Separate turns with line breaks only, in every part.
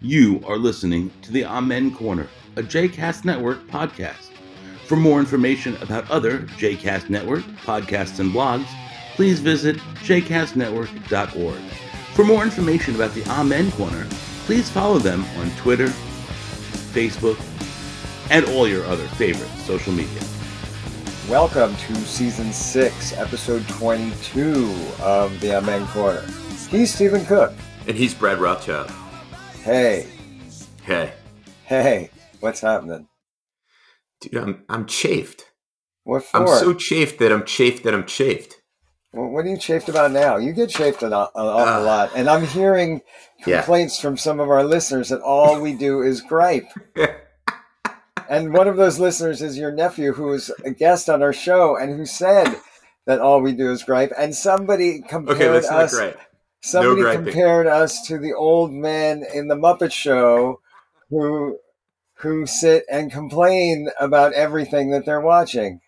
You are listening to the Amen Corner, a JCast Network podcast. For more information about other JCast Network podcasts and blogs, please visit jcastnetwork.org. For more information about the Amen Corner, please follow them on Twitter, Facebook, and all your other favorite social media.
Welcome to season six, episode 22 of the Amen Corner. He's Stephen Cook.
And he's Brad Rothschild.
Hey,
Hey,
hey, what's happening?
dude, I'm I'm chafed.
What for?
I'm so chafed that I'm chafed that I'm chafed.
Wha- what are you chafed about now? You get chafed an, aw- an awful
Ah.
lot, and I'm hearing
Yeah.
complaints from some of our listeners that all we do is gripe. and one of those listeners is your nephew, who was a guest on our show and who said that all we do is gripe. And somebody compared
Okay, let's not
us.
gripe.
Somebody
griping.
compared us to the old men in the Muppet Show who who sit and complain about everything that they're watching.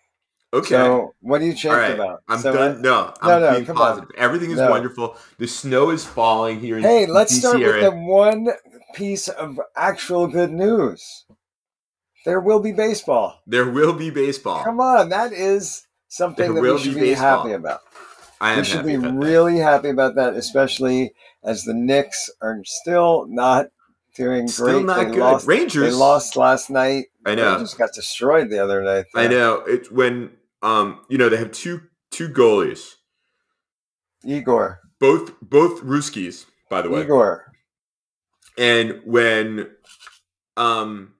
Okay.
So what are you chafed
all right.
about?
I'm
So,
done. No, I'm
No, no,
being
come on.
positive. Everything is
No.
wonderful. The snow is falling here eh? in
Hey, let's
DC
start with
area.
the one piece of actual good news. There will be baseball.
There will be baseball.
Come on, that is something
There
that we
will
should
be
be
baseball.
happy about.
I am
we should
happy
be
about that.
really happy about that, especially as the Knicks are still not doing
Still
great.
not
They
good.
lost-
Rangers.
They lost last night.
I know.
They just got destroyed the other night.
I know. It's when um you know they have two two goalies,
Igor.
both both Ruskies, by the way.
Igor.
And when um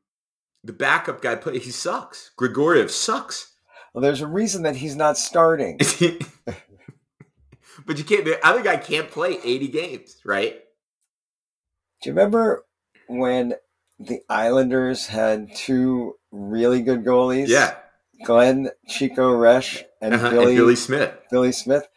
the backup guy play, he sucks. Grigoriev sucks.
Well, there's a reason that he's not starting.
but you can't. The other guy can't play eighty games, right?
Do you remember when the Islanders had two really good goalies?
Yeah,
Glenn Chico Resch and,
uh-huh.
Billy,
and Billy Smith.
Billy Smith.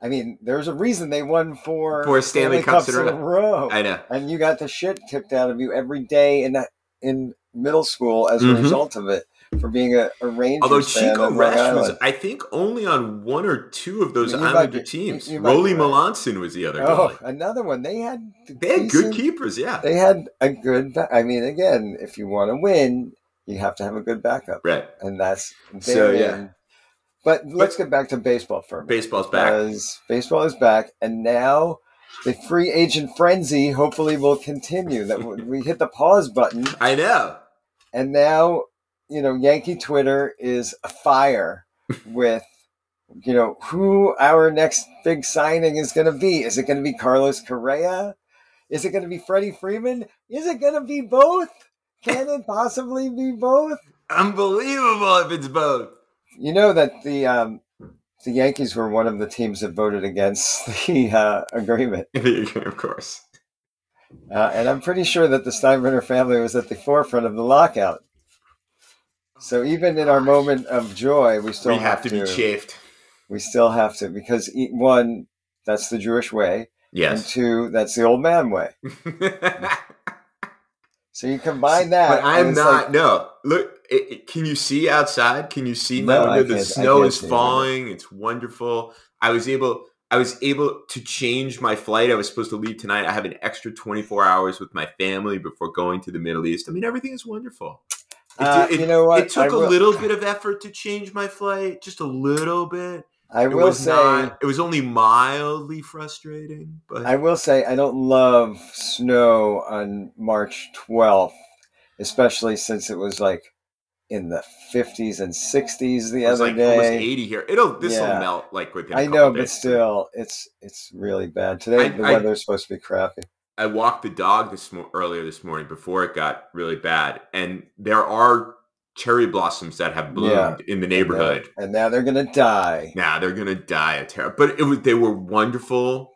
I mean, there's a reason they won four,
Four Stanley Cups in
in
a
a row.
I know.
and you got the shit kicked out of you every day in in middle school as a
Mhm.
result of it for being a, a Rangers
Although
fan
Chico
on Long
Resch was,
Island.
I think, only on one or two of those
You might
Islander
be-
teams.
you might
Rolly
be right.
Melanson was the other
oh,
goalie.
another one. They had
They had good
decent-
keepers, yeah.
They had a good. ba- I mean, again, if you want to win, you have to have a good backup,
Right.
and that's
So,
therein.
yeah.
But let's get back to baseball for a minute.
Baseball's back.
Because baseball is back, and now the free agent frenzy hopefully will continue. That we- we hit the pause button.
I know.
and now you know yankee twitter is afire with you know who our next big signing is going to be is it going to be carlos correa is it going to be freddie freeman is it going to be both can it possibly be both
Unbelievable if it's both.
you know that the um the yankees were one of the teams that voted against the uh, agreement
of course.
uh, and i'm pretty sure that the steinbrenner family was at the forefront of the lockout so even in our moment of joy we still
we have, to, be chafed.
We still have to because e- one, that's the Jewish way, and
Yes.
two, that's the old man way. So you combine that.
But I'm
and it's
not.
like-
no, look. It, it- can you see outside? Can you see my
No, I
window? The
can't- I
snow
can't
is
see.
falling. It's wonderful. I was able. I was able to change my flight. I was supposed to leave tonight. I have an extra 24 hours with my family before going to the Middle East. I mean, everything is wonderful. It,
Uh,
did- it-
you know what?
it took
I
a
will-
little bit of effort to change my flight, just a little bit.
I
It
will
was
say.
not. It was only mildly frustrating, but
I will say I don't love snow on March 12th, especially since it was like in the 50s and 60s the
It was
other
like almost
day.
80 here. It'll this will
Yeah.
melt like within. I
I know, but still, it's it's really bad today.
I-
the
I-
weather's supposed to be crappy.
I walked the dog this mo- earlier this morning before it got really bad, and there are cherry blossoms that have bloomed
Yeah.
in the neighborhood.
and now they're gonna die.
Now they're gonna die a terror, but it was they were wonderful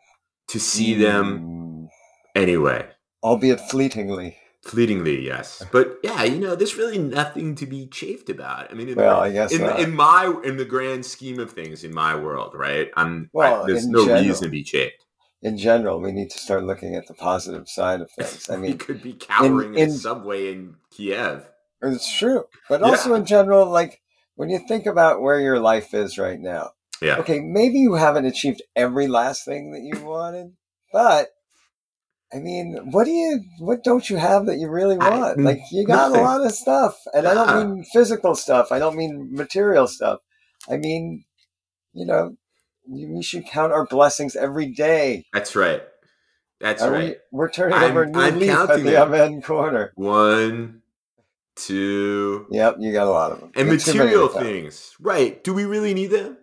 to see them
Mm.
anyway.
albeit fleetingly.
Fleetingly, yes, but yeah, you know, there's really nothing to be chafed about. I mean, in, the-
Well, I guess
in,
not.
in my in the grand scheme of things, in my world, right? I'm I-
Well,
there's
in
no
general.
reason to be chafed.
in general, we need to start looking at the positive side of things. I
he
mean,
could be cowering in,
in-
a subway in Kiev.
it's true, but
Yeah.
also in general, like when you think about where your life is right now,
Yeah.
okay, maybe you haven't achieved every last thing that you wanted, but I mean, what do you, what don't you have that you really
I-
want? like, you got
nothing.
a lot of stuff, and I
Yeah.
don't mean physical stuff. I don't mean material stuff. I mean, you know, you- we should count our blessings every day.
That's right. That's
Are
right.
We, we're turning
I'm-
over a new
I'm
leaf at
counting
the
them.
MN corner.
One, two,
Yep, you got a lot of them.
and
You're too many
material
to count.
things. Right? Do we really need them?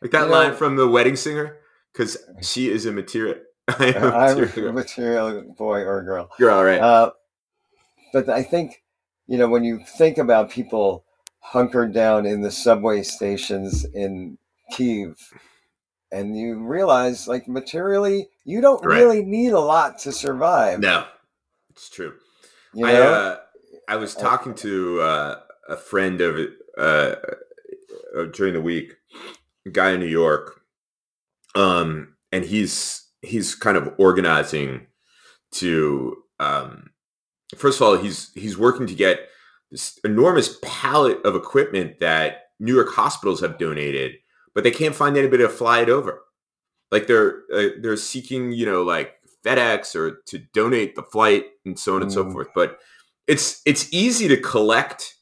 Like that
You know-
line from the wedding singer, because she is a material. I am a
I'm
material.
a material boy or girl.
You're all right.
Uh, but I think, you know, when you think about people hunkered down in the subway stations in Kiev, and you realize, like, materially, you don't
Right.
really need a lot to survive.
no, it's true.
You
I,
know?
uh, I was talking to uh, a friend over uh, uh, during the week, a guy in New York, um, and he's he's kind of organizing to. Um, first of all, he's he's working to get this enormous pallet of equipment that New York hospitals have donated, but they can't find anybody to fly it over. Like they're uh, they're seeking, you know, like FedEx or to donate the flight and so on and so
Mm.
forth. But it's it's easy to collect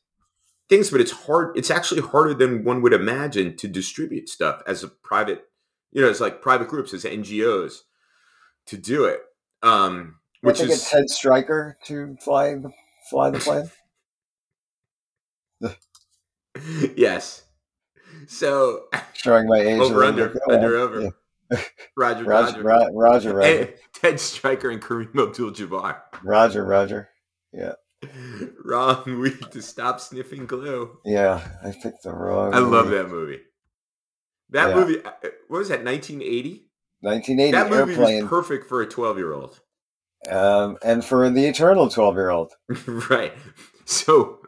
things, but it's hard. It's actually harder than one would imagine to distribute stuff as a private, you know, it's like private groups, as NGOs, to do it. Um,
I
which
think
is
it's Ted Stryker to fly the, fly the plane.
yes. So
Showing my age. a
over
little
under
bit.
under Eh. over.
Yeah.
Roger,
Roger, Roger,
Roger,
Roger, Roger,
And Ted Stryker and Kareem Abdul-Jabbar.
Roger, Roger.
Wrong week to stop sniffing glue.
Yeah, I picked the wrong.
I love
movie.
that movie. That
Yeah.
movie. uh, What was that? 1980.
1980
That movie
airplane,
was perfect for a 12 year old.
um, and for the eternal 12 year old.
right. So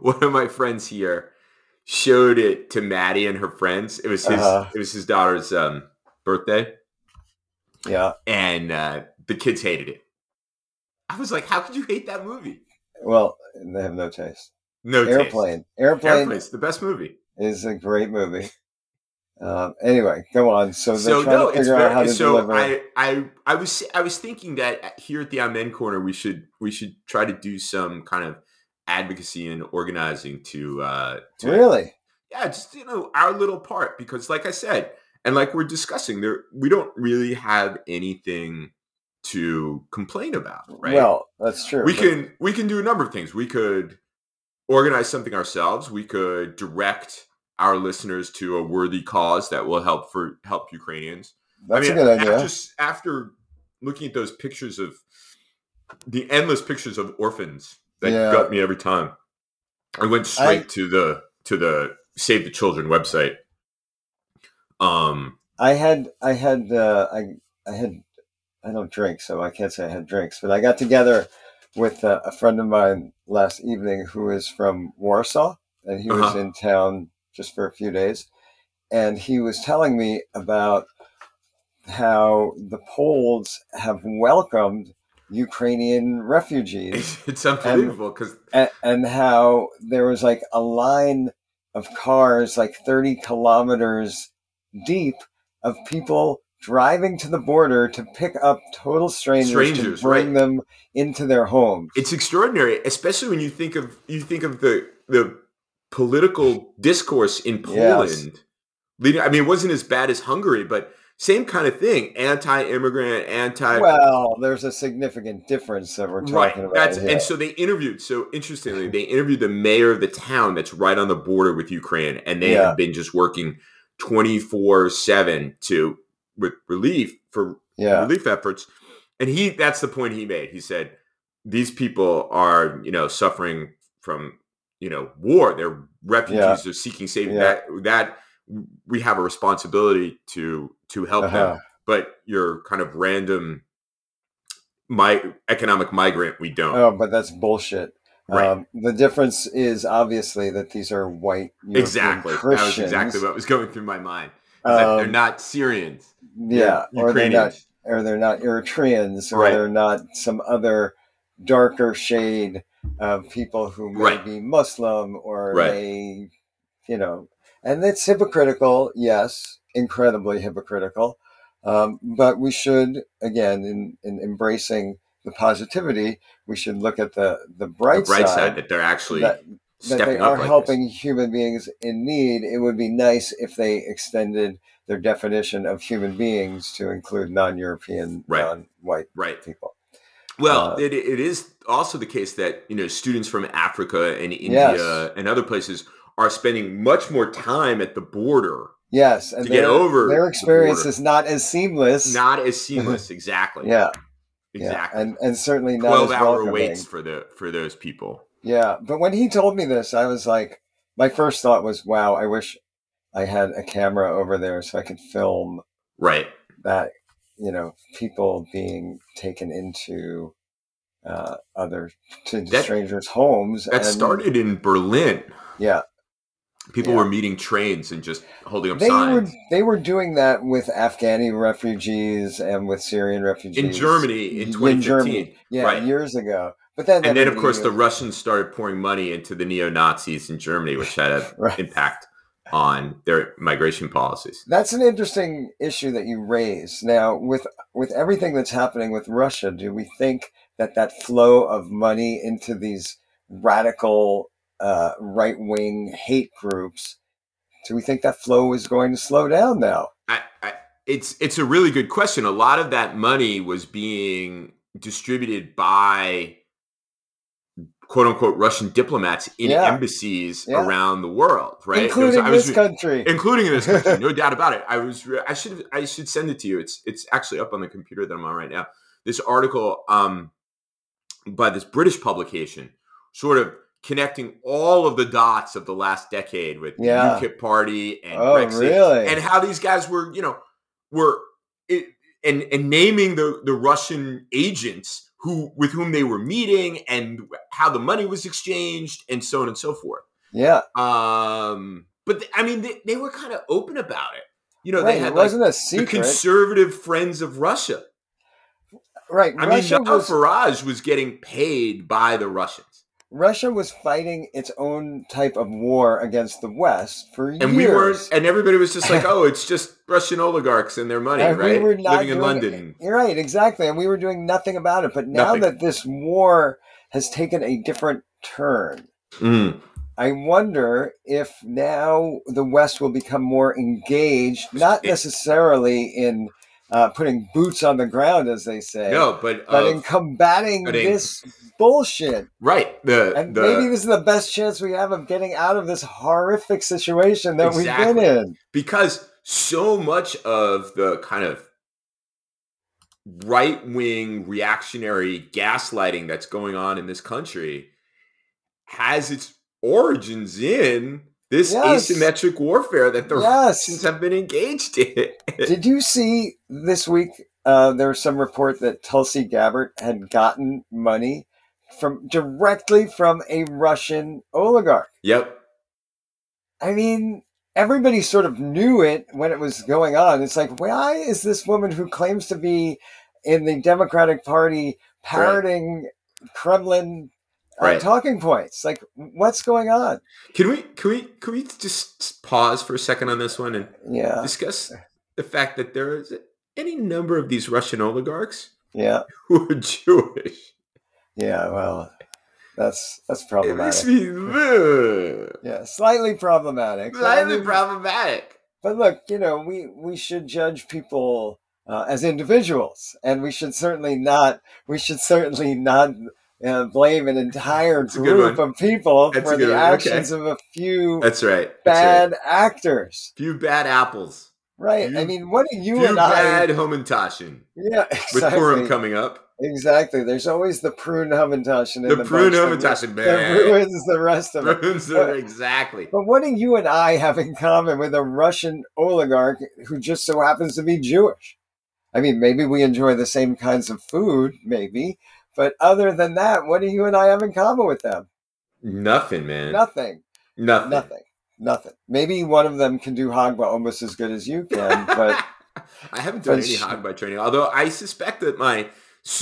one of my friends here showed it to Maddie and her friends. It was his.
Uh-huh.
It was his daughter's um, birthday.
Yeah.
and uh, the kids hated it. I was like, "How could you hate that movie?"
Well, they have no taste.
No, taste.
Airplane. Airplane.
Airplane's the best movie.
is a great movie. Um, anyway, go on. So they're
So
trying
no,
to
it's
figure out how
very.
to
So
deliver.
I, I, I was, I was thinking that uh, here at the Amen Corner, we should, we should try to do some kind of advocacy and organizing to, uh, to
really?
yeah, just you know, our little part because, like I said, and like we're discussing, there we don't really have anything to complain about, right?
Well, that's true.
we
but-
can we can do a number of things we could organize something ourselves we could direct our listeners to a worthy cause that will help for help ukrainians
That's
i mean
a good idea.
after, s- after looking at those pictures of the endless pictures of orphans that
Yeah.
got me every time i went straight to the to the save the children website um
I had, I had, uh, I, I had, I don't drink, so I can't say I had drinks, but I got together with uh, a friend of mine last evening who is from Warsaw and he was
Uh-huh.
in town just for a few days. And he was telling me about how the Poles have welcomed Ukrainian refugees
it's, it's unbelievable because
and, and how there was like a line of cars like 30 kilometers deep of people driving to the border to pick up total strangers,
Strangers,
to bring
right.
them into their home.
it's extraordinary, especially when you think of you think of the the political discourse in Poland.
Yes.
Leading, I mean, it wasn't as bad as Hungary, but same kind of thing: anti-immigrant, anti.
well, there's a significant difference that we're
Right.
talking about.
That's
here.
and so they interviewed. So interestingly, they interviewed the mayor of the town that's right on the border with Ukraine, and they
Yeah.
have been just working twenty four seven to with relief for
yeah.
relief efforts. And he that's the point he made. He said these people are, you know, suffering from, you know, war. They're refugees,
Yeah.
they're seeking safety.
Yeah.
That that we have a responsibility to to help
Uh-huh.
them. But your kind of random my economic migrant, we don't.
Oh, but that's bullshit.
Right.
Um, the difference is obviously that these are white European
exactly. That was
Christians.
exactly what was going through my mind. Is that they're
Um,
not Syrians. They're
yeah, or they're not
Ukrainians.
or they're not Eritreans, or
Right.
they're not some other darker shade of people who may
Right.
be Muslim or
Right.
may, you know, and it's hypocritical, yes, incredibly hypocritical. Um, but we should, again, in, in embracing the positivity, we should look at the, the bright,
the bright
side,
side that they're actually
that, that
stepping
they
up
are
like
helping human beings in need. It would be nice if they extended their definition of human beings to include non European,
Right.
non white
this. right
people.
well
Uh,
it, it is also the case that you know students from africa and india
Yes.
and other places are spending much more time at the border
Yes. And
to get
their-
over
their
the
experience
border.
is not as seamless.
not as seamless exactly
yeah,
exactly
yeah, and and certainly not
12
as
hour
welcoming.
waits for the for those people
Yeah, but when he told me this, I was like, my first thought was, "Wow, I wish I had a camera over there so I could film
right
that." You know, people being taken into uh, other to
That-
strangers' homes.
that
and-
started in berlin
Yeah,
people
Yeah.
were meeting trains and just holding up
they were
signs
they were doing that with Afghani refugees and with Syrian refugees
in germany in
In
2015
Germany. Yeah,
right.
years ago. But then,
and then of
everybody
course the
was-
russians started pouring money into the neo-nazis in germany which had an
Right.
impact on their migration policies
That's an interesting issue that you raise. Now, with with everything that's happening with Russia, do we think that that flow of money into these radical uh, right wing hate groups, do we think that flow is going to slow down now?
I, I, it's it's a really good question a lot of that money was being distributed by quote unquote russian diplomats in
Yeah.
embassies
Yeah.
around the world right There was-
Including
I was
this
re-
country.
including in this country, no doubt about it. I was re- I should I should send it to you. It's it's actually up on the computer that I'm on right now. This article um by this British publication sort of connecting all of the dots of the last decade with
Yeah.
the UKIP party and
oh,
Brexit
really?
and how these guys were, you know, were it, and and naming the the Russian agents who with whom they were meeting and how the money was exchanged and so on and so forth.
yeah,
Um, but th- I mean, they, they were kind of open about it. You know,
right.
they
It
had like
wasn't a
the
secret,
conservative friends of Russia.
right?
I
Russia
mean, now
was
Farage was getting paid by the Russians,
Russia was fighting its own type of war against the West for years.
and we weren't. And everybody was just like, "Oh, it's just Russian oligarchs and their money,
And
right?
were not
Living in
doing-
London."
You're right, exactly. And we were doing nothing about it. But now
Nothing.
that this war has taken a different turn,
Mm.
I wonder if now the West will become more engaged, not
It-
necessarily in uh, putting boots on the ground, as they say,
No, but,
but
uh,
in combating
but in-
this bullshit.
right the
And
the
maybe this is the best chance we have of getting out of this horrific situation that we've
Exactly.
been in.
because so much of the kind of right wing reactionary gaslighting that's going on in this country has its origins in this
Yes.
asymmetric warfare that the
Yes.
Russians have been engaged in.
Did you see this week? Uh, there was some report that Tulsi Gabbard had gotten money from directly from a Russian oligarch.
yep.
I mean, everybody sort of knew it when it was going on. It's like, why is this woman who claims to be in the Democratic Party parroting Kremlin uh,
Right.
talking points? Like, what's going on?
Can we can we can we just pause for a second on this one and
Yeah,
discuss the fact that there is any number of these Russian oligarchs
yeah,
who are Jewish?
yeah. Well, that's that's
It makes
problematic.
me ugh,
Yeah, slightly problematic. but I
slightly
mean-
problematic.
but look, you know, we we should judge people uh, as individuals, and we should certainly not we should certainly not uh, blame an entire
a good
group
one.
of people
That's a
for
good
the
one, okay.
actions of a few
That's right. That's right.
bad actors.
Few bad apples.
Right? I
Few-
mean, what do you
Few
and
bad
I?
Homintashen.
Yeah,
With Purim
exactly.
coming up.
Exactly. There's always the prune humintosh in
The,
the
prune
bunch that
Homintashen.
ru- that
man.
ruins the rest of it.
Prunes are- exactly.
But what do you and I have in common with a Russian oligarch who just so happens to be Jewish? I mean, maybe we enjoy the same kinds of food, maybe, but other than that, what do you and I have in common with them?
Nothing, man.
Nothing,
Nothing.
nothing, nothing. Maybe one of them can do hagba almost as good as you can, but
I haven't done
but
any
sh-
hot by training, although I suspect that my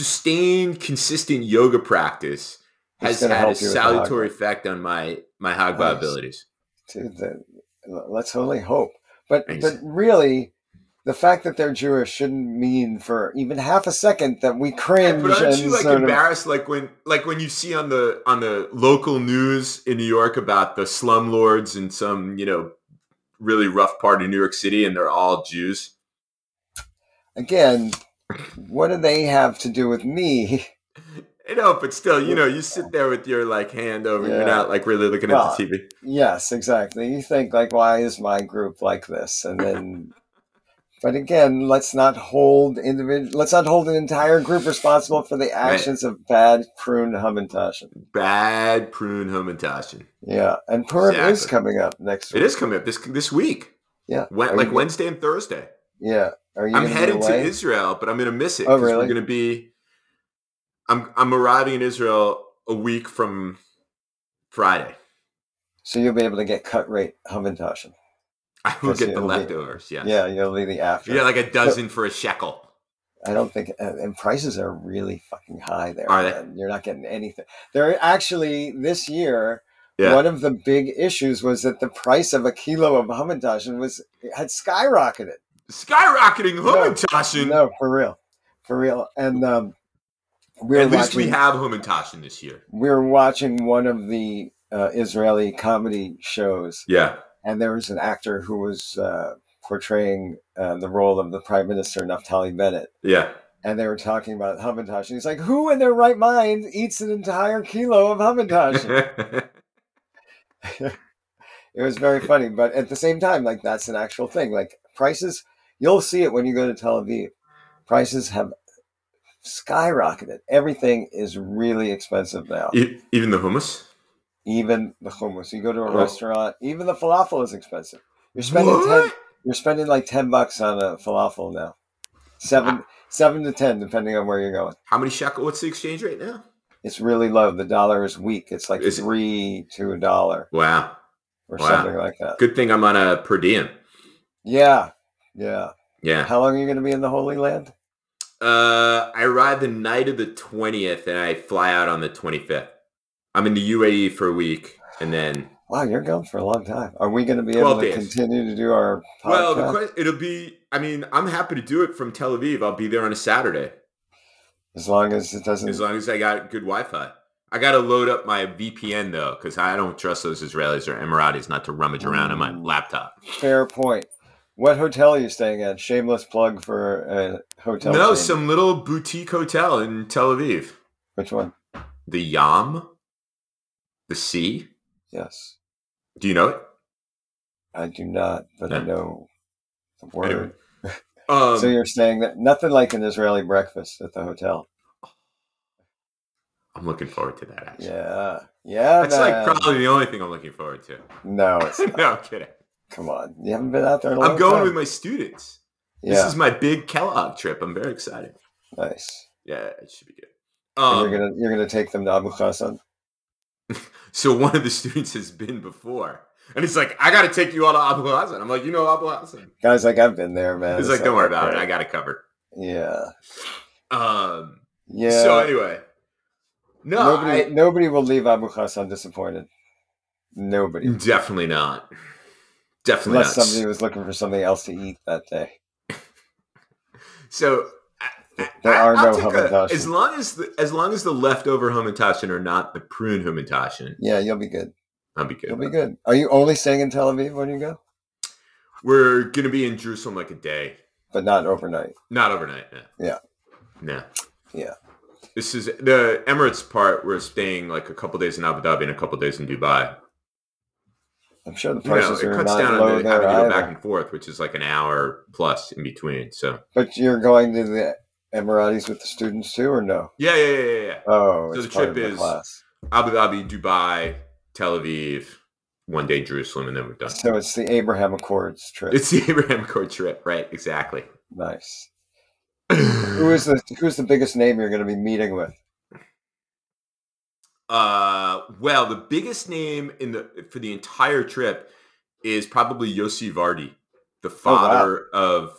sustained, consistent yoga practice has
It's gonna
had a
help you with the
salutary effect on my my hagba
Nice.
abilities.
to the, let's only hope. But
Thanks.
but really, the fact that they're Jewish shouldn't mean for even half a second that we cringe.
But aren't
and
you like
sort of-
embarrassed, like when, like when you see on the on the local news in New York about the slumlords in some you know really rough part of New York City, and they're all Jews?
again, what do they have to do with me?
You know, but still, you know, you sit there with your like hand over,
Yeah.
you're not like really looking
Well,
at the TV.
Yes, exactly. You think like, why is my group like this? And then, but again, let's not hold individual. Let's not hold an entire group responsible for the actions of bad prune Hamantashen.
Bad prune homentashen.
Yeah, and Purim is
Exactly.
coming up next week.
It is coming up this this week,
Yeah.
when,
Are
like
you-
Wednesday and Thursday.
Yeah. Are you?
I'm
gonna be
headed to
away?
Israel, but I'm going to miss it.
Oh,
'cause
really?
We're going to be. I'm I'm arriving in Israel a week from Friday.
So you'll be able to get cut rate Hamantashen.
I will
Yes,
get
yeah,
the
it'll be-
leftovers. Yes.
Yeah, you'll be the after.
You get like a dozen for a shekel.
I don't think, and and prices are really fucking high there.
Are they?
man. You're not getting anything. They're actually this year.
Yeah.
One of the big issues was that the price of a kilo of hamantashen was had skyrocketed.
Skyrocketing Humantashen.
No, for real, for real. And um, we we're
At least
watching.
we have Humantashen this year.
we we're watching one of the uh, Israeli comedy shows,
Yeah.
and there was an actor who was uh, portraying uh, the role of the prime minister Naftali Bennett.
Yeah.
and they were talking about hamantash. And he's like, "Who in their right mind eats an entire kilo of hamantash?" it was very funny, but at the same time, like that's an actual thing. Like prices, you'll see it when you go to Tel Aviv. Prices have skyrocketed. Everything is really expensive now.
E- Even the hummus.
Even the hummus. You go to a
Oh.
restaurant, even the falafel is expensive. You're spending ten.
What?
You're spending like ten bucks on a falafel now. Seven, seven to ten, depending on where you're going.
How many shekel? What's the exchange rate now?
it's really low. The dollar is weak. It's like
Is it-
three to a dollar
Wow.
or
Wow.
something like that.
Good thing I'm on a per diem.
Yeah. Yeah.
Yeah.
How long are you going to be in the Holy Land?
Uh, I arrive the night of the twentieth, and I fly out on the twenty-fifth. I'm in the UAE for a week, and then
Wow, you're going for a long time. Are we going to be able
12
to
days.
continue to do our podcast?
well, the que- it'll be. I mean, I'm happy to do it from Tel Aviv. I'll be there on a Saturday
as long as it doesn't.
as long as I got good Wi-Fi. I got to load up my VPN though, because I don't trust those Israelis or Emiratis not to rummage around on my
Mm.
laptop.
fair point. What hotel are you staying at? Shameless plug for a hotel.
no,
chain.
some little boutique hotel in Tel Aviv.
Which one?
The Yam, the Sea.
Yes.
Do you know it?
I do not, but I
No.
know the word.
Anyway. Um,
so you're staying that nothing like an Israeli breakfast at the hotel.
I'm looking forward to that. Actually.
Yeah. uh, Yeah.
That's like
man.
probably the only thing I'm looking forward to.
no, it's not.
no, I'm kidding.
Come on, you haven't been out there. In a long
I'm going
time.
with my students.
yeah,
This is my big Kellogg trip. I'm very excited.
nice.
Yeah, it should be good.
And
Um,
you're gonna you're gonna take them to Abu Hassan.
so one of the students has been before, and he's like, "I got to take you all to Abu Hassan." I'm like, "You know Abu Hassan?"
Guys, like I've been there, man.
He's
It's
like, "Don't worry about it. I
great.
got it covered."
Yeah,
Um,
yeah.
So anyway, no,
nobody
I-
nobody will leave Abu Hassan disappointed. Nobody,
definitely not. Definitely
unless
not.
somebody was looking for something else to eat that day.
So I,
There
I-
are
I'll
no
take a-
hamantaschen.
as long as the as long as the leftover hamantaschen are not the prune hamantaschen,
Yeah, you'll be good.
I'll be good.
You'll be good. Are you only staying in Tel Aviv when you go,
We're gonna be in Jerusalem like a day,
but not overnight?
not overnight. No.
Yeah.
No.
Yeah.
This is the Emirates part. We're staying like a couple days in Abu Dhabi and a couple days in Dubai.
I'm sure the
You know,
prices
it
are
cuts
not
down
low
on the,
there
having to
either.
go back and forth, which is like an hour plus in between. So
But you're going to the Emiratis with the students too, or no?
yeah, yeah, yeah, yeah. yeah.
Oh,
So
it's
the
part
trip
of the
is-
class.
Abu Dhabi, Dubai, Tel Aviv, one day Jerusalem, and then we're done.
So it's the Abraham Accords trip.
It's the Abraham Accord trip, right? Exactly.
nice. Who is the who's the biggest name you're going to be meeting with?
Uh, well, the biggest name in the for the entire trip is probably Yossi Vardi, the father of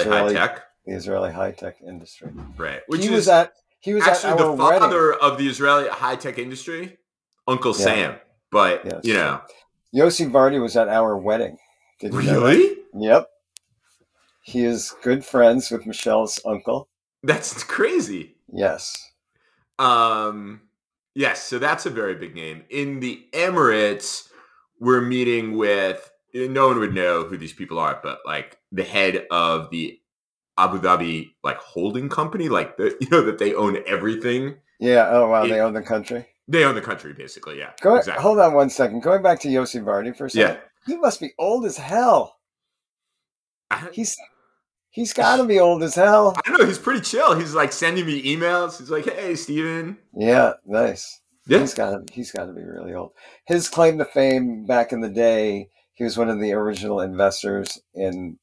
Oh, Israeli-
high tech,
The Israeli high tech industry.
right? Which
he
is
was at he was at
actually
our
the
wedding.
father of the Israeli high tech industry, Uncle
Yeah.
Sam. But
Yes.
you know,
Yossi Vardi was at our wedding. Did you know that?
really?
Yep. He is good friends with Michelle's uncle.
That's crazy.
Yes.
Um, yes, so that's a very big name. In the Emirates, we're meeting with eh, no one would know who these people are, but like the head of the Abu Dhabi like holding company, like the you know that they own everything.
Yeah. Oh wow, they
It-
own the country.
They own the country basically. Yeah,
Go,
exactly.
Hold on one second. Going back to Yossi Vardy for a second.
Yeah.
He must be old as hell.
I-
He's he's got to be old as hell.
I don't know. He's pretty chill. He's like sending me emails. He's like, "Hey, Steven.
Yeah. Nice.
Yeah,
He's got to he's got to be really old. His claim to fame back in the day, he was one of the original investors in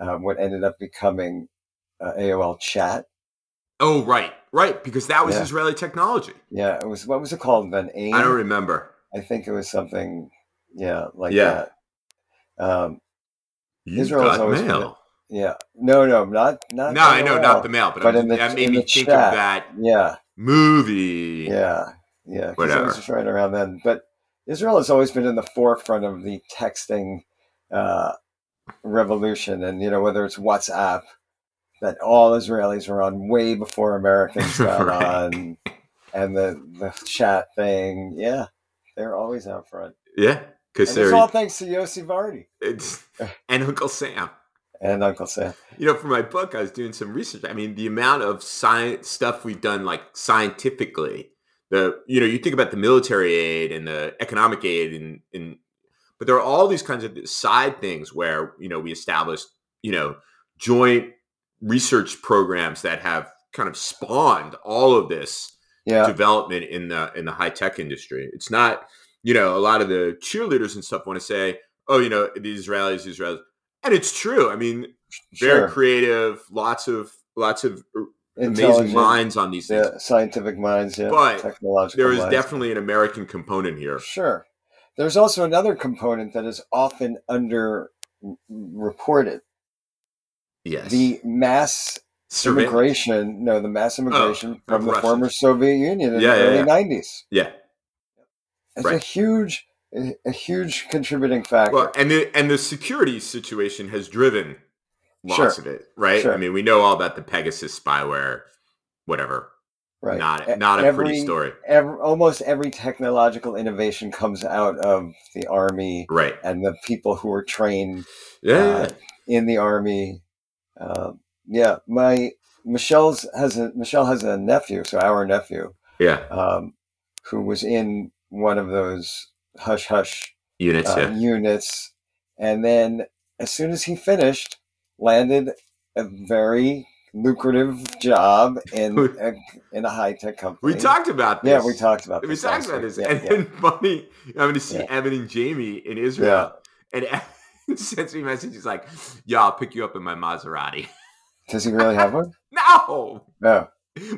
um, what ended up becoming uh, AOL Chat.
Oh, right, right. Because that was
Yeah.
Israeli technology.
Yeah, it was what was it called then? AIM?
I don't remember.
I think it was something. Yeah, like
Yeah.
that. Um,
You
Israel's
got
always been
mail.
yeah. No, no, not not.
No, I know,
AOL.
not the mail, but,
But
I'm
in
just-
the-
that made
in
me
the
think
chat.
of that
Yeah,
movie.
yeah, yeah. 'cause It
Whatever.
was just right around then, but Israel has always been in the forefront of the texting uh, revolution, and you know whether it's WhatsApp that all Israelis were on way before Americans got
Right.
on, and the the chat thing. Yeah, they're always out front.
Yeah, because
And it's
they're
all thanks to Yossi Vardi
it's, and Uncle Sam.
and Uncle Sam.
You know, for my book, I was doing some research. I mean, the amount of science stuff we've done, like scientifically, the you know, you think about the military aid and the economic aid, and and but there are all these kinds of side things where you know we established you know joint research programs that have kind of spawned all of this
Yeah,
development in the in the high tech industry. It's not, you know, a lot of the cheerleaders and stuff want to say, oh, you know, the Israelis, the Israelis, and it's true. I mean, very
sure.
creative, lots of lots of amazing
Intelligent,
minds on these things.
Yeah, scientific minds. Yeah,
But
technological.
There is
minds.
definitely an American component here.
Sure. There's also another component that is often underreported:
Yes,
the mass
Surve-
immigration. No, the mass immigration from
Oh, of
the
Russians.
former Soviet Union in
Yeah,
the
yeah,
early
yeah.
'90s.
Yeah,
It's a
Right.
huge, a a huge contributing factor.
well, and the and the security situation has driven lots
Sure.
of it, right?
Sure.
I mean, we know all about the Pegasus spyware, whatever.
right.
Not
E-
not a
every,
pretty story,
ev- almost every technological innovation comes out of the army
right?
and the people who are trained
Yeah, yeah,
uh, in the army. Um yeah, my Michelle's has a Michelle has a nephew, so our nephew,
yeah.
um, who was in one of those hush hush
units.
uh,
yeah.
units, and then as soon as he finished, landed a very lucrative job in
We-
a, in a high tech company.
We talked about this.
Yeah, we talked about
We
this.
talked
last
about
week.
this.
Yeah,
and
yeah.
then funny, I'm going to see
Yeah.
Evan and Jamie in Israel. And Evan sends me a message. He's like, "Yeah, I'll pick you up in my Maserati."
Does he really have one?
no,
No.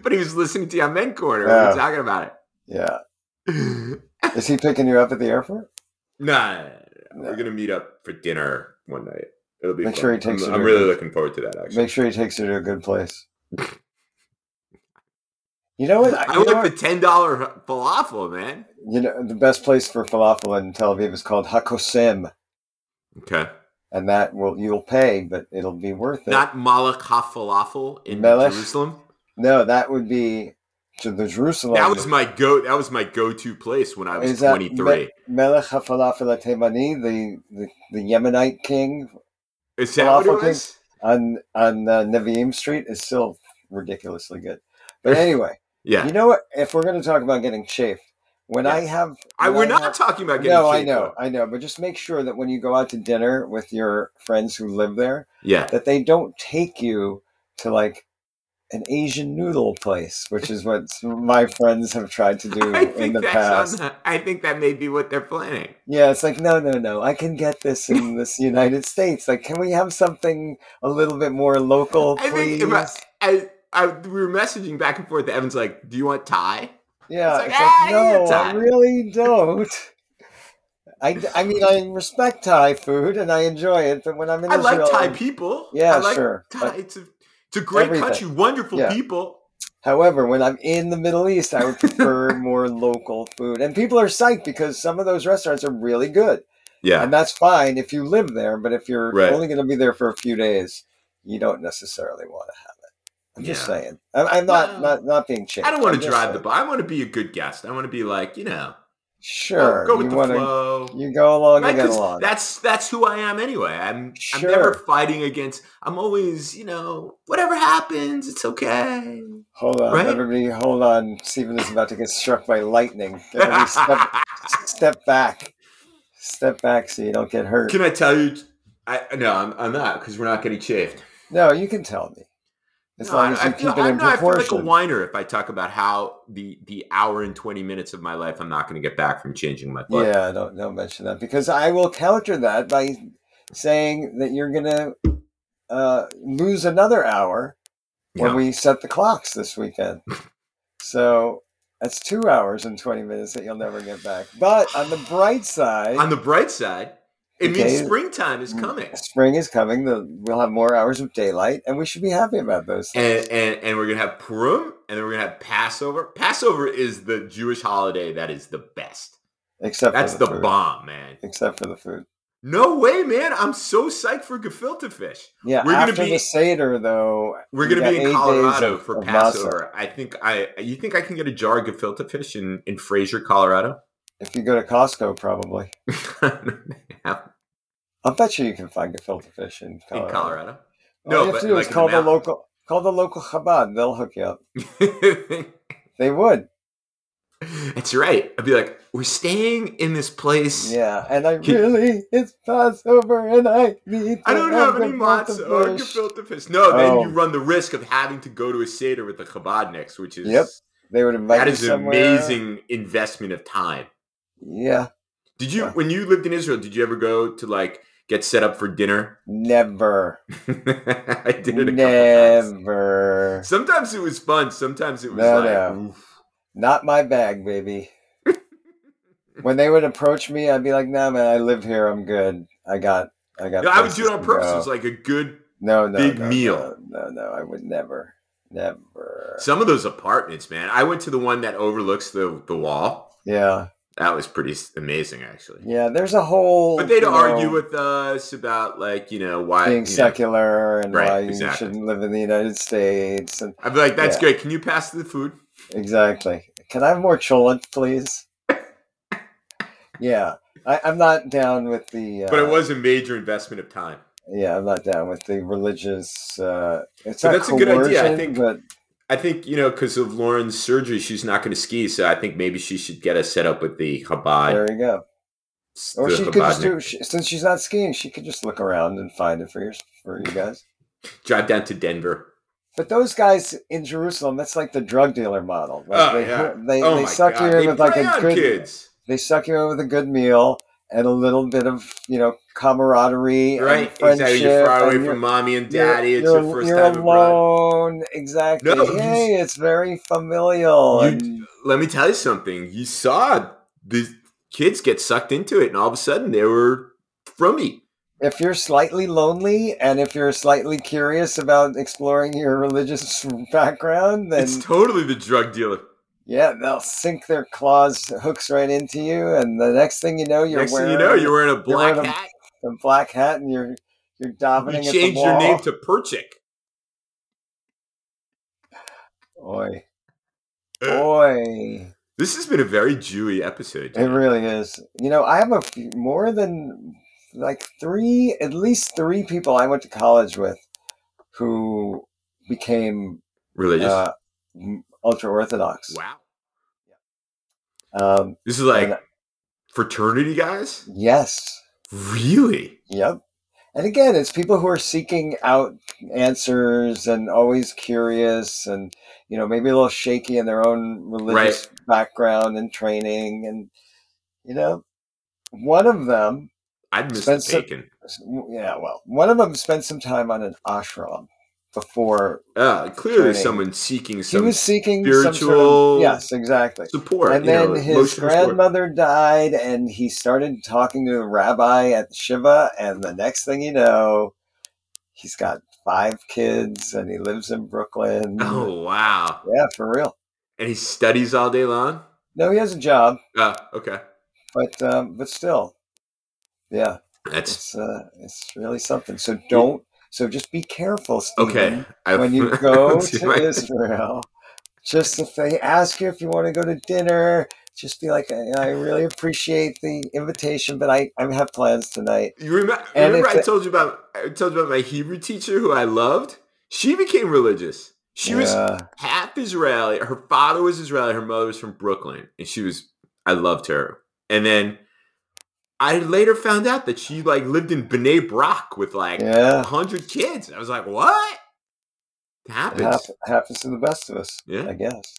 but he was listening to Amen Corner. We
Yeah.
were talking about
Yeah.
it.
Is he picking you up at the airport?
nah, nah, nah, nah, nah.
No.
we're gonna meet up for dinner one night. It'll be.
Make
fun.
sure he takes
I'm,
you
I'm
to-
really looking forward to that. Actually,
Make sure he takes her to a good place. You know what?
I
you, know
went
what-
for ten dollar falafel, man.
you know, the best place for falafel in Tel Aviv is called Hakosim,
Okay,
and that will you'll pay, but it'll be worth it.
not malakha falafel in
Melech?
Jerusalem.
no, that would be to the Jerusalem.
That was my go. That was my go-to place when I was
Is that
twenty three.
Me- Melech HaFalafel HaTemani, the, the the Yemenite king
Is that what it
falafel thing?
was?
on on uh, Nevi'im Street, is still ridiculously good. But anyway,
Yeah,
you know what? If we're going to talk about getting chafed, when I
Yes.
have
I,
when
we're
I
not
have-
talking about getting.
No, I
shape,
know,
though.
I know, but just make sure that when you go out to dinner with your friends who live there,
Yeah,
that they don't take you to like an Asian noodle place, which is what my friends have tried to do
I
in
think
the
that's.
past.
On the, I think that may be what they're planning.
Yeah, it's like no, no, no. I can get this in this United States. Like, can we have something a little bit more local,
I think
please?
if I, I, I, we were messaging back and forth. Evan's like, "Do you want Thai?"
yeah,
it's like,
it's like,
"Ah, I need
no, I
Thai."
really don't. I, I mean, I respect Thai food and I enjoy it, but when I'm in
I
Israel,
like Thai
I'm-
people.
Yeah,
I like
sure.
Thai.
but-
It's a, it's a great
Everything.
country. Wonderful
Yeah.
people.
However, when I'm in the Middle East, I would prefer more local food. And people are psyched because some of those restaurants are really good.
Yeah,
And that's fine if you live there, but if you're
Right.
only going to be there for a few days, you don't necessarily want to have it. I'm just
Yeah.
saying. I'm, I'm not,
No.
not not being changed.
I don't want to drive the bus. I want to be a good guest. I want to be like, you know,
Sure,
go with
you
the
wanna-
flow.
You go along
Right?
and get
'Cause
along.
That's that's who I am anyway. I'm I'm never
Sure.
fighting against. I'm always, you know, whatever happens, it's okay.
Hold on,
Right?
everybody, hold on. Stephen is about to get struck by lightning. Everybody step, step back. Step back so you don't get hurt.
Can I tell you? I no, I'm, I'm not because we're not getting chafed.
no, you can tell me. As
No,
long as
I,
you
I feel,
keep it
I,
in
know, I feel like a
proportion.
whiner if I talk about how the the hour and twenty minutes of my life I'm not going to get back from changing my blood.
yeah, don't don't mention that because I will counter that by saying that you're gonna uh, lose another hour when
Yeah.
we set the clocks this weekend. so that's two hours and twenty minutes that you'll never get back. But on the bright side,
On the bright side, it means
Okay.
springtime is
Mm.
coming,
spring is coming. The, we'll have more hours of daylight, and we should be happy about those. Things.
and and, and we're gonna have Purim, and then we're gonna have Passover. Passover is the Jewish holiday that is the best.
except
That's
for the,
the
food.
bomb, man.
Except for the food.
No way, man! I'm so psyched for gefilte fish.
Yeah,
We're gonna
after
be-
the seder though,
We're
we
gonna
got
be in
eight days
Colorado
of-
for
of masa.
Passover. I think I. You think I can get a jar of gefilte fish in in Fraser, Colorado?
If you go to Costco, probably.
in
I'll bet you you can find gefilte fish in Colorado.
Colorado.
All
No,
you have
but
to do
like
is
in the
call the
mountain.
local call the local Chabad. They'll hook you up. They would.
That's right. I'd be like, we're staying in this place.
Yeah, and I
Can-
really it's Passover, and I need.
I
to
don't have any
gefilte
matzah or
fish.
gefilte fish. No, then
Oh.
you run the risk of having to go to a seder with the Chabadniks, which is
Yep. They would invite
that
you
is an
somewhere.
amazing investment of time.
Yeah,
Did you
Yeah.
when you lived in Israel? Did you ever go to like get set up for dinner?
never,
I did it a couple times.
never.
Sometimes it was fun. Sometimes it was
No,
like,
no.
oof.
Not my bag, baby. when they would approach me, I'd be like, "Nah, man, I live here. I'm good. I got, I got."
No, I would do
places
it on
to
purpose. It
go."
was like a good.
no, no,
big
no,
meal.
No, no, no, I would never, never.
Some of those apartments, man. I went to the one that overlooks the the wall.
yeah,
That was pretty s- amazing, actually.
yeah. There's a whole.
But they'd
you know,
argue with us about like you know why
being
you know.
secular and
Right,
why
exactly.
you shouldn't live in the United States. And
I'd be like, that's
Yeah.
great. Can you pass the food?
exactly. Can I have more cholent, please? yeah, I, I'm not down with the. Uh,
But it was a major investment of time.
Yeah, I'm not down with the religious. Uh, it's
But
not
that's a good idea, I
coercion,
think-
but
I think you know because of Lauren's surgery, she's not going to ski. So I think maybe she should get us set up with the Chabad.
there you go. Or
the
she could just
Chabadnik.
do she, since she's not skiing, she could just look around and find it for your, for you guys.
drive down to Denver.
But those guys in Jerusalem, that's like the drug dealer model.
Oh,
Right? they
yeah.
they,
oh
they
my
suck
God.
you
They
in with like
prey
a
on
good
kids.
they suck you in with a good meal and a little bit of you know camaraderie, and
Right,
friendship,
exactly. You're far away
and
from
you're-
mommy and
you're-
daddy. it's
you're,
your 1st
you're
time abroad.
alone, exactly.
No, you
Hey, it's very familial.
you-
and-
Let me tell you something. You saw the kids get sucked into it, and all of a sudden they were from me.
if you're slightly lonely and if you're slightly curious about exploring your religious background, then
It's totally the drug dealer.
yeah, they'll sink their claws hooks right into you, and the next thing you know, you're
Next
wearing
thing you know, you're wearing a
you're
black
wearing a-
hat.
a black hat and you're you're
You
davening at the
changed
wall.
your name to Perchik.
Oi,
Uh.
oi!
This has been a very Jewy episode.
It really is. You know, I have a few, more than like three, at least three people I went to college with who became
Religious.
uh, ultra orthodox.
wow.
Um,
This is like
and-
fraternity guys?
yes.
Really?
Yep. And again, it's people who are seeking out answers and always curious and, you know, maybe a little shaky in their own religious background and training. And, you know, one of them,
I'd miss
Spend
the
some-
bacon.
yeah, well, one of them spent some time on an ashram before
Uh, clearly,
Training.
someone seeking
he
some
was seeking some sort
spiritual-
of, yes, exactly.
support.
and
you know,
then his
emotional support.
grandmother died, and he started talking to a rabbi at Shiva. And the next thing you know, he's got five kids, and he lives in Brooklyn.
Oh wow!
Yeah, for real.
And he studies all day long.
No, he has a job,
Uh, okay,
but um, but still, yeah,
that's
it's uh, it's really something. So don't So just be careful, Stephen.
Okay. I-
Mm-hmm. When you go
let's see
to
my-
Israel, just if they ask you if you want to go to dinner, just be like, I, I really appreciate the invitation, but I, I have plans tonight.
You remember,
And
remember
if
I
it-
told you about I told you about my Hebrew teacher who I loved? She became religious. She was
Yeah.
half Israeli. Her father was Israeli. Her mother was from Brooklyn, and she was. I loved her. And then I later found out that she like lived in B'nai Brak with like a
yeah.
hundred kids. I was like, what? It
It
happens.
happens, happens to the best of us,
Yeah.
I guess.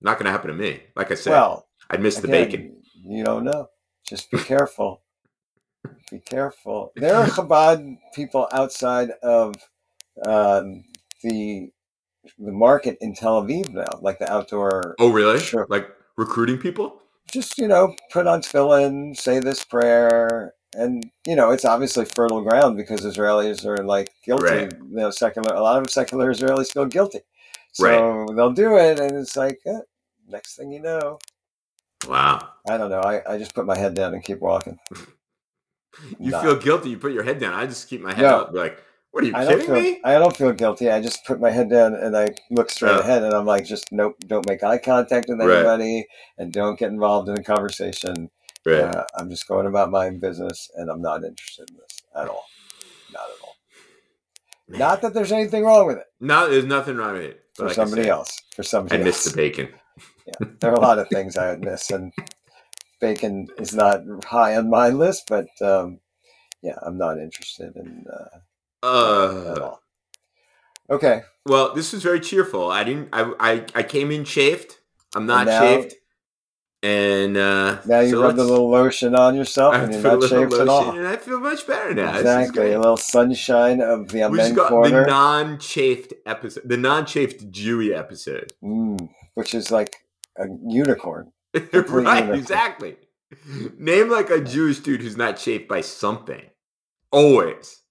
Not going to happen to me. Like I said,
Well,
I'd miss the
again,
bacon.
You don't know. Just be careful. be careful. There are Chabad people outside of um, the the market in Tel Aviv now, like the outdoor.
Oh, really?
Sure.
Like recruiting people?
Just you know, put on tefillin, say this prayer, and you know it's obviously fertile ground because Israelis are like guilty.
Right.
You know, secular. A lot of secular Israelis feel guilty, so they'll do it, and it's like eh, next thing you know,
Wow.
I don't know. I, I just put my head down and keep walking.
You
Nah.
feel guilty. You put your head down. I just keep my head
No.
up. Be like, what are you
I don't
kidding
feel
me?
I don't feel guilty. I just put my head down and I look straight
Yeah.
ahead and I'm like, just nope, don't make eye contact with
Right.
anybody and don't get involved in the conversation.
right.
Uh, I'm just going about my business and I'm not interested in this at all. Not at all.
Man.
Not that there's anything wrong with it
No, there's nothing wrong with it.
for
But like I
somebody
said,
else. For
I
somebody
miss
else.
the bacon.
there are a lot of things I would miss and bacon is not high on my list, but um, yeah, I'm not interested in uh, at
Uh,
all. Okay.
well, this was very cheerful. I didn't. I I, I came in chafed. I'm not
And now-
chafed. And uh,
Now you
so
rubbed a
let's-
little lotion on yourself
I
and you're
put a
not
little
shaved at
lotion
all.
and I feel much better now. This is
Exactly.
great.
A little sunshine of the
We just
Amen
got the
corner,
non-chafed episode, the non-chafed Jewy episode.
mm, which is like a unicorn. Completely
right?
different.
Exactly. Name like a Jewish dude who's not chafed by something. Always.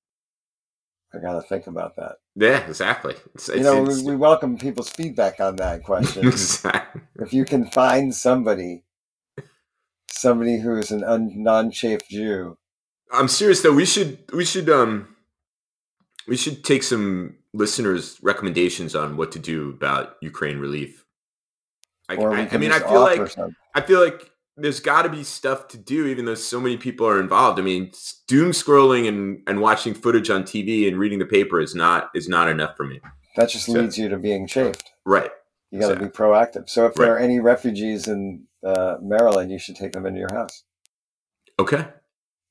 I got to think about that.
Yeah, exactly. It's,
you
it's-
know,
it's-
we, we welcome people's feedback on that question.
Exactly.
if you can find somebody, somebody who is an un, non-chafed Jew,
I'm serious though. We should we should um we should take some listeners' recommendations on what to do about Ukraine relief. I,
or we
I, I
can
mean, I
just
feel
offer
like
something.
I feel like there's got to be stuff to do, even though so many people are involved. I mean, s- doom scrolling and and watching footage on TV and reading the paper is not is not enough for me.
that just
so-
leads you to being chafed.
Right.
You got to be proactive. So if there
Right.
are any refugees in uh, Maryland, you should take them into your house.
Okay.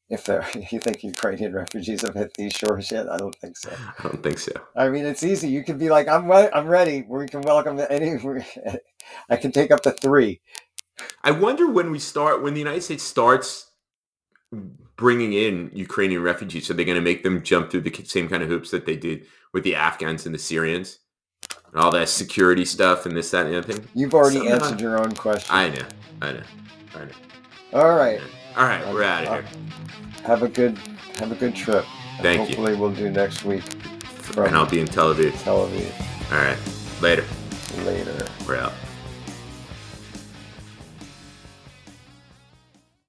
If there, you think Ukrainian refugees have hit these shores yet? I don't think so.
I don't think so.
I mean, it's easy. You can be like, I'm, re- I'm ready. We can welcome any. I can take up to three.
I wonder when we start when the United States starts bringing in Ukrainian refugees, are they going to make them jump through the ki- same kind of hoops that they did with the Afghans and the Syrians and all that security stuff and this, that, and the other thing?
You've already
Somehow.
answered your own question.
I know, I know, I know.
All right.
All right, we're out of here,
Have a good, have a good trip. And
Thank you.
hopefully we'll do next week from
and I'll be in Tel Aviv.
Tel Aviv
All right, later.
later.
We're out.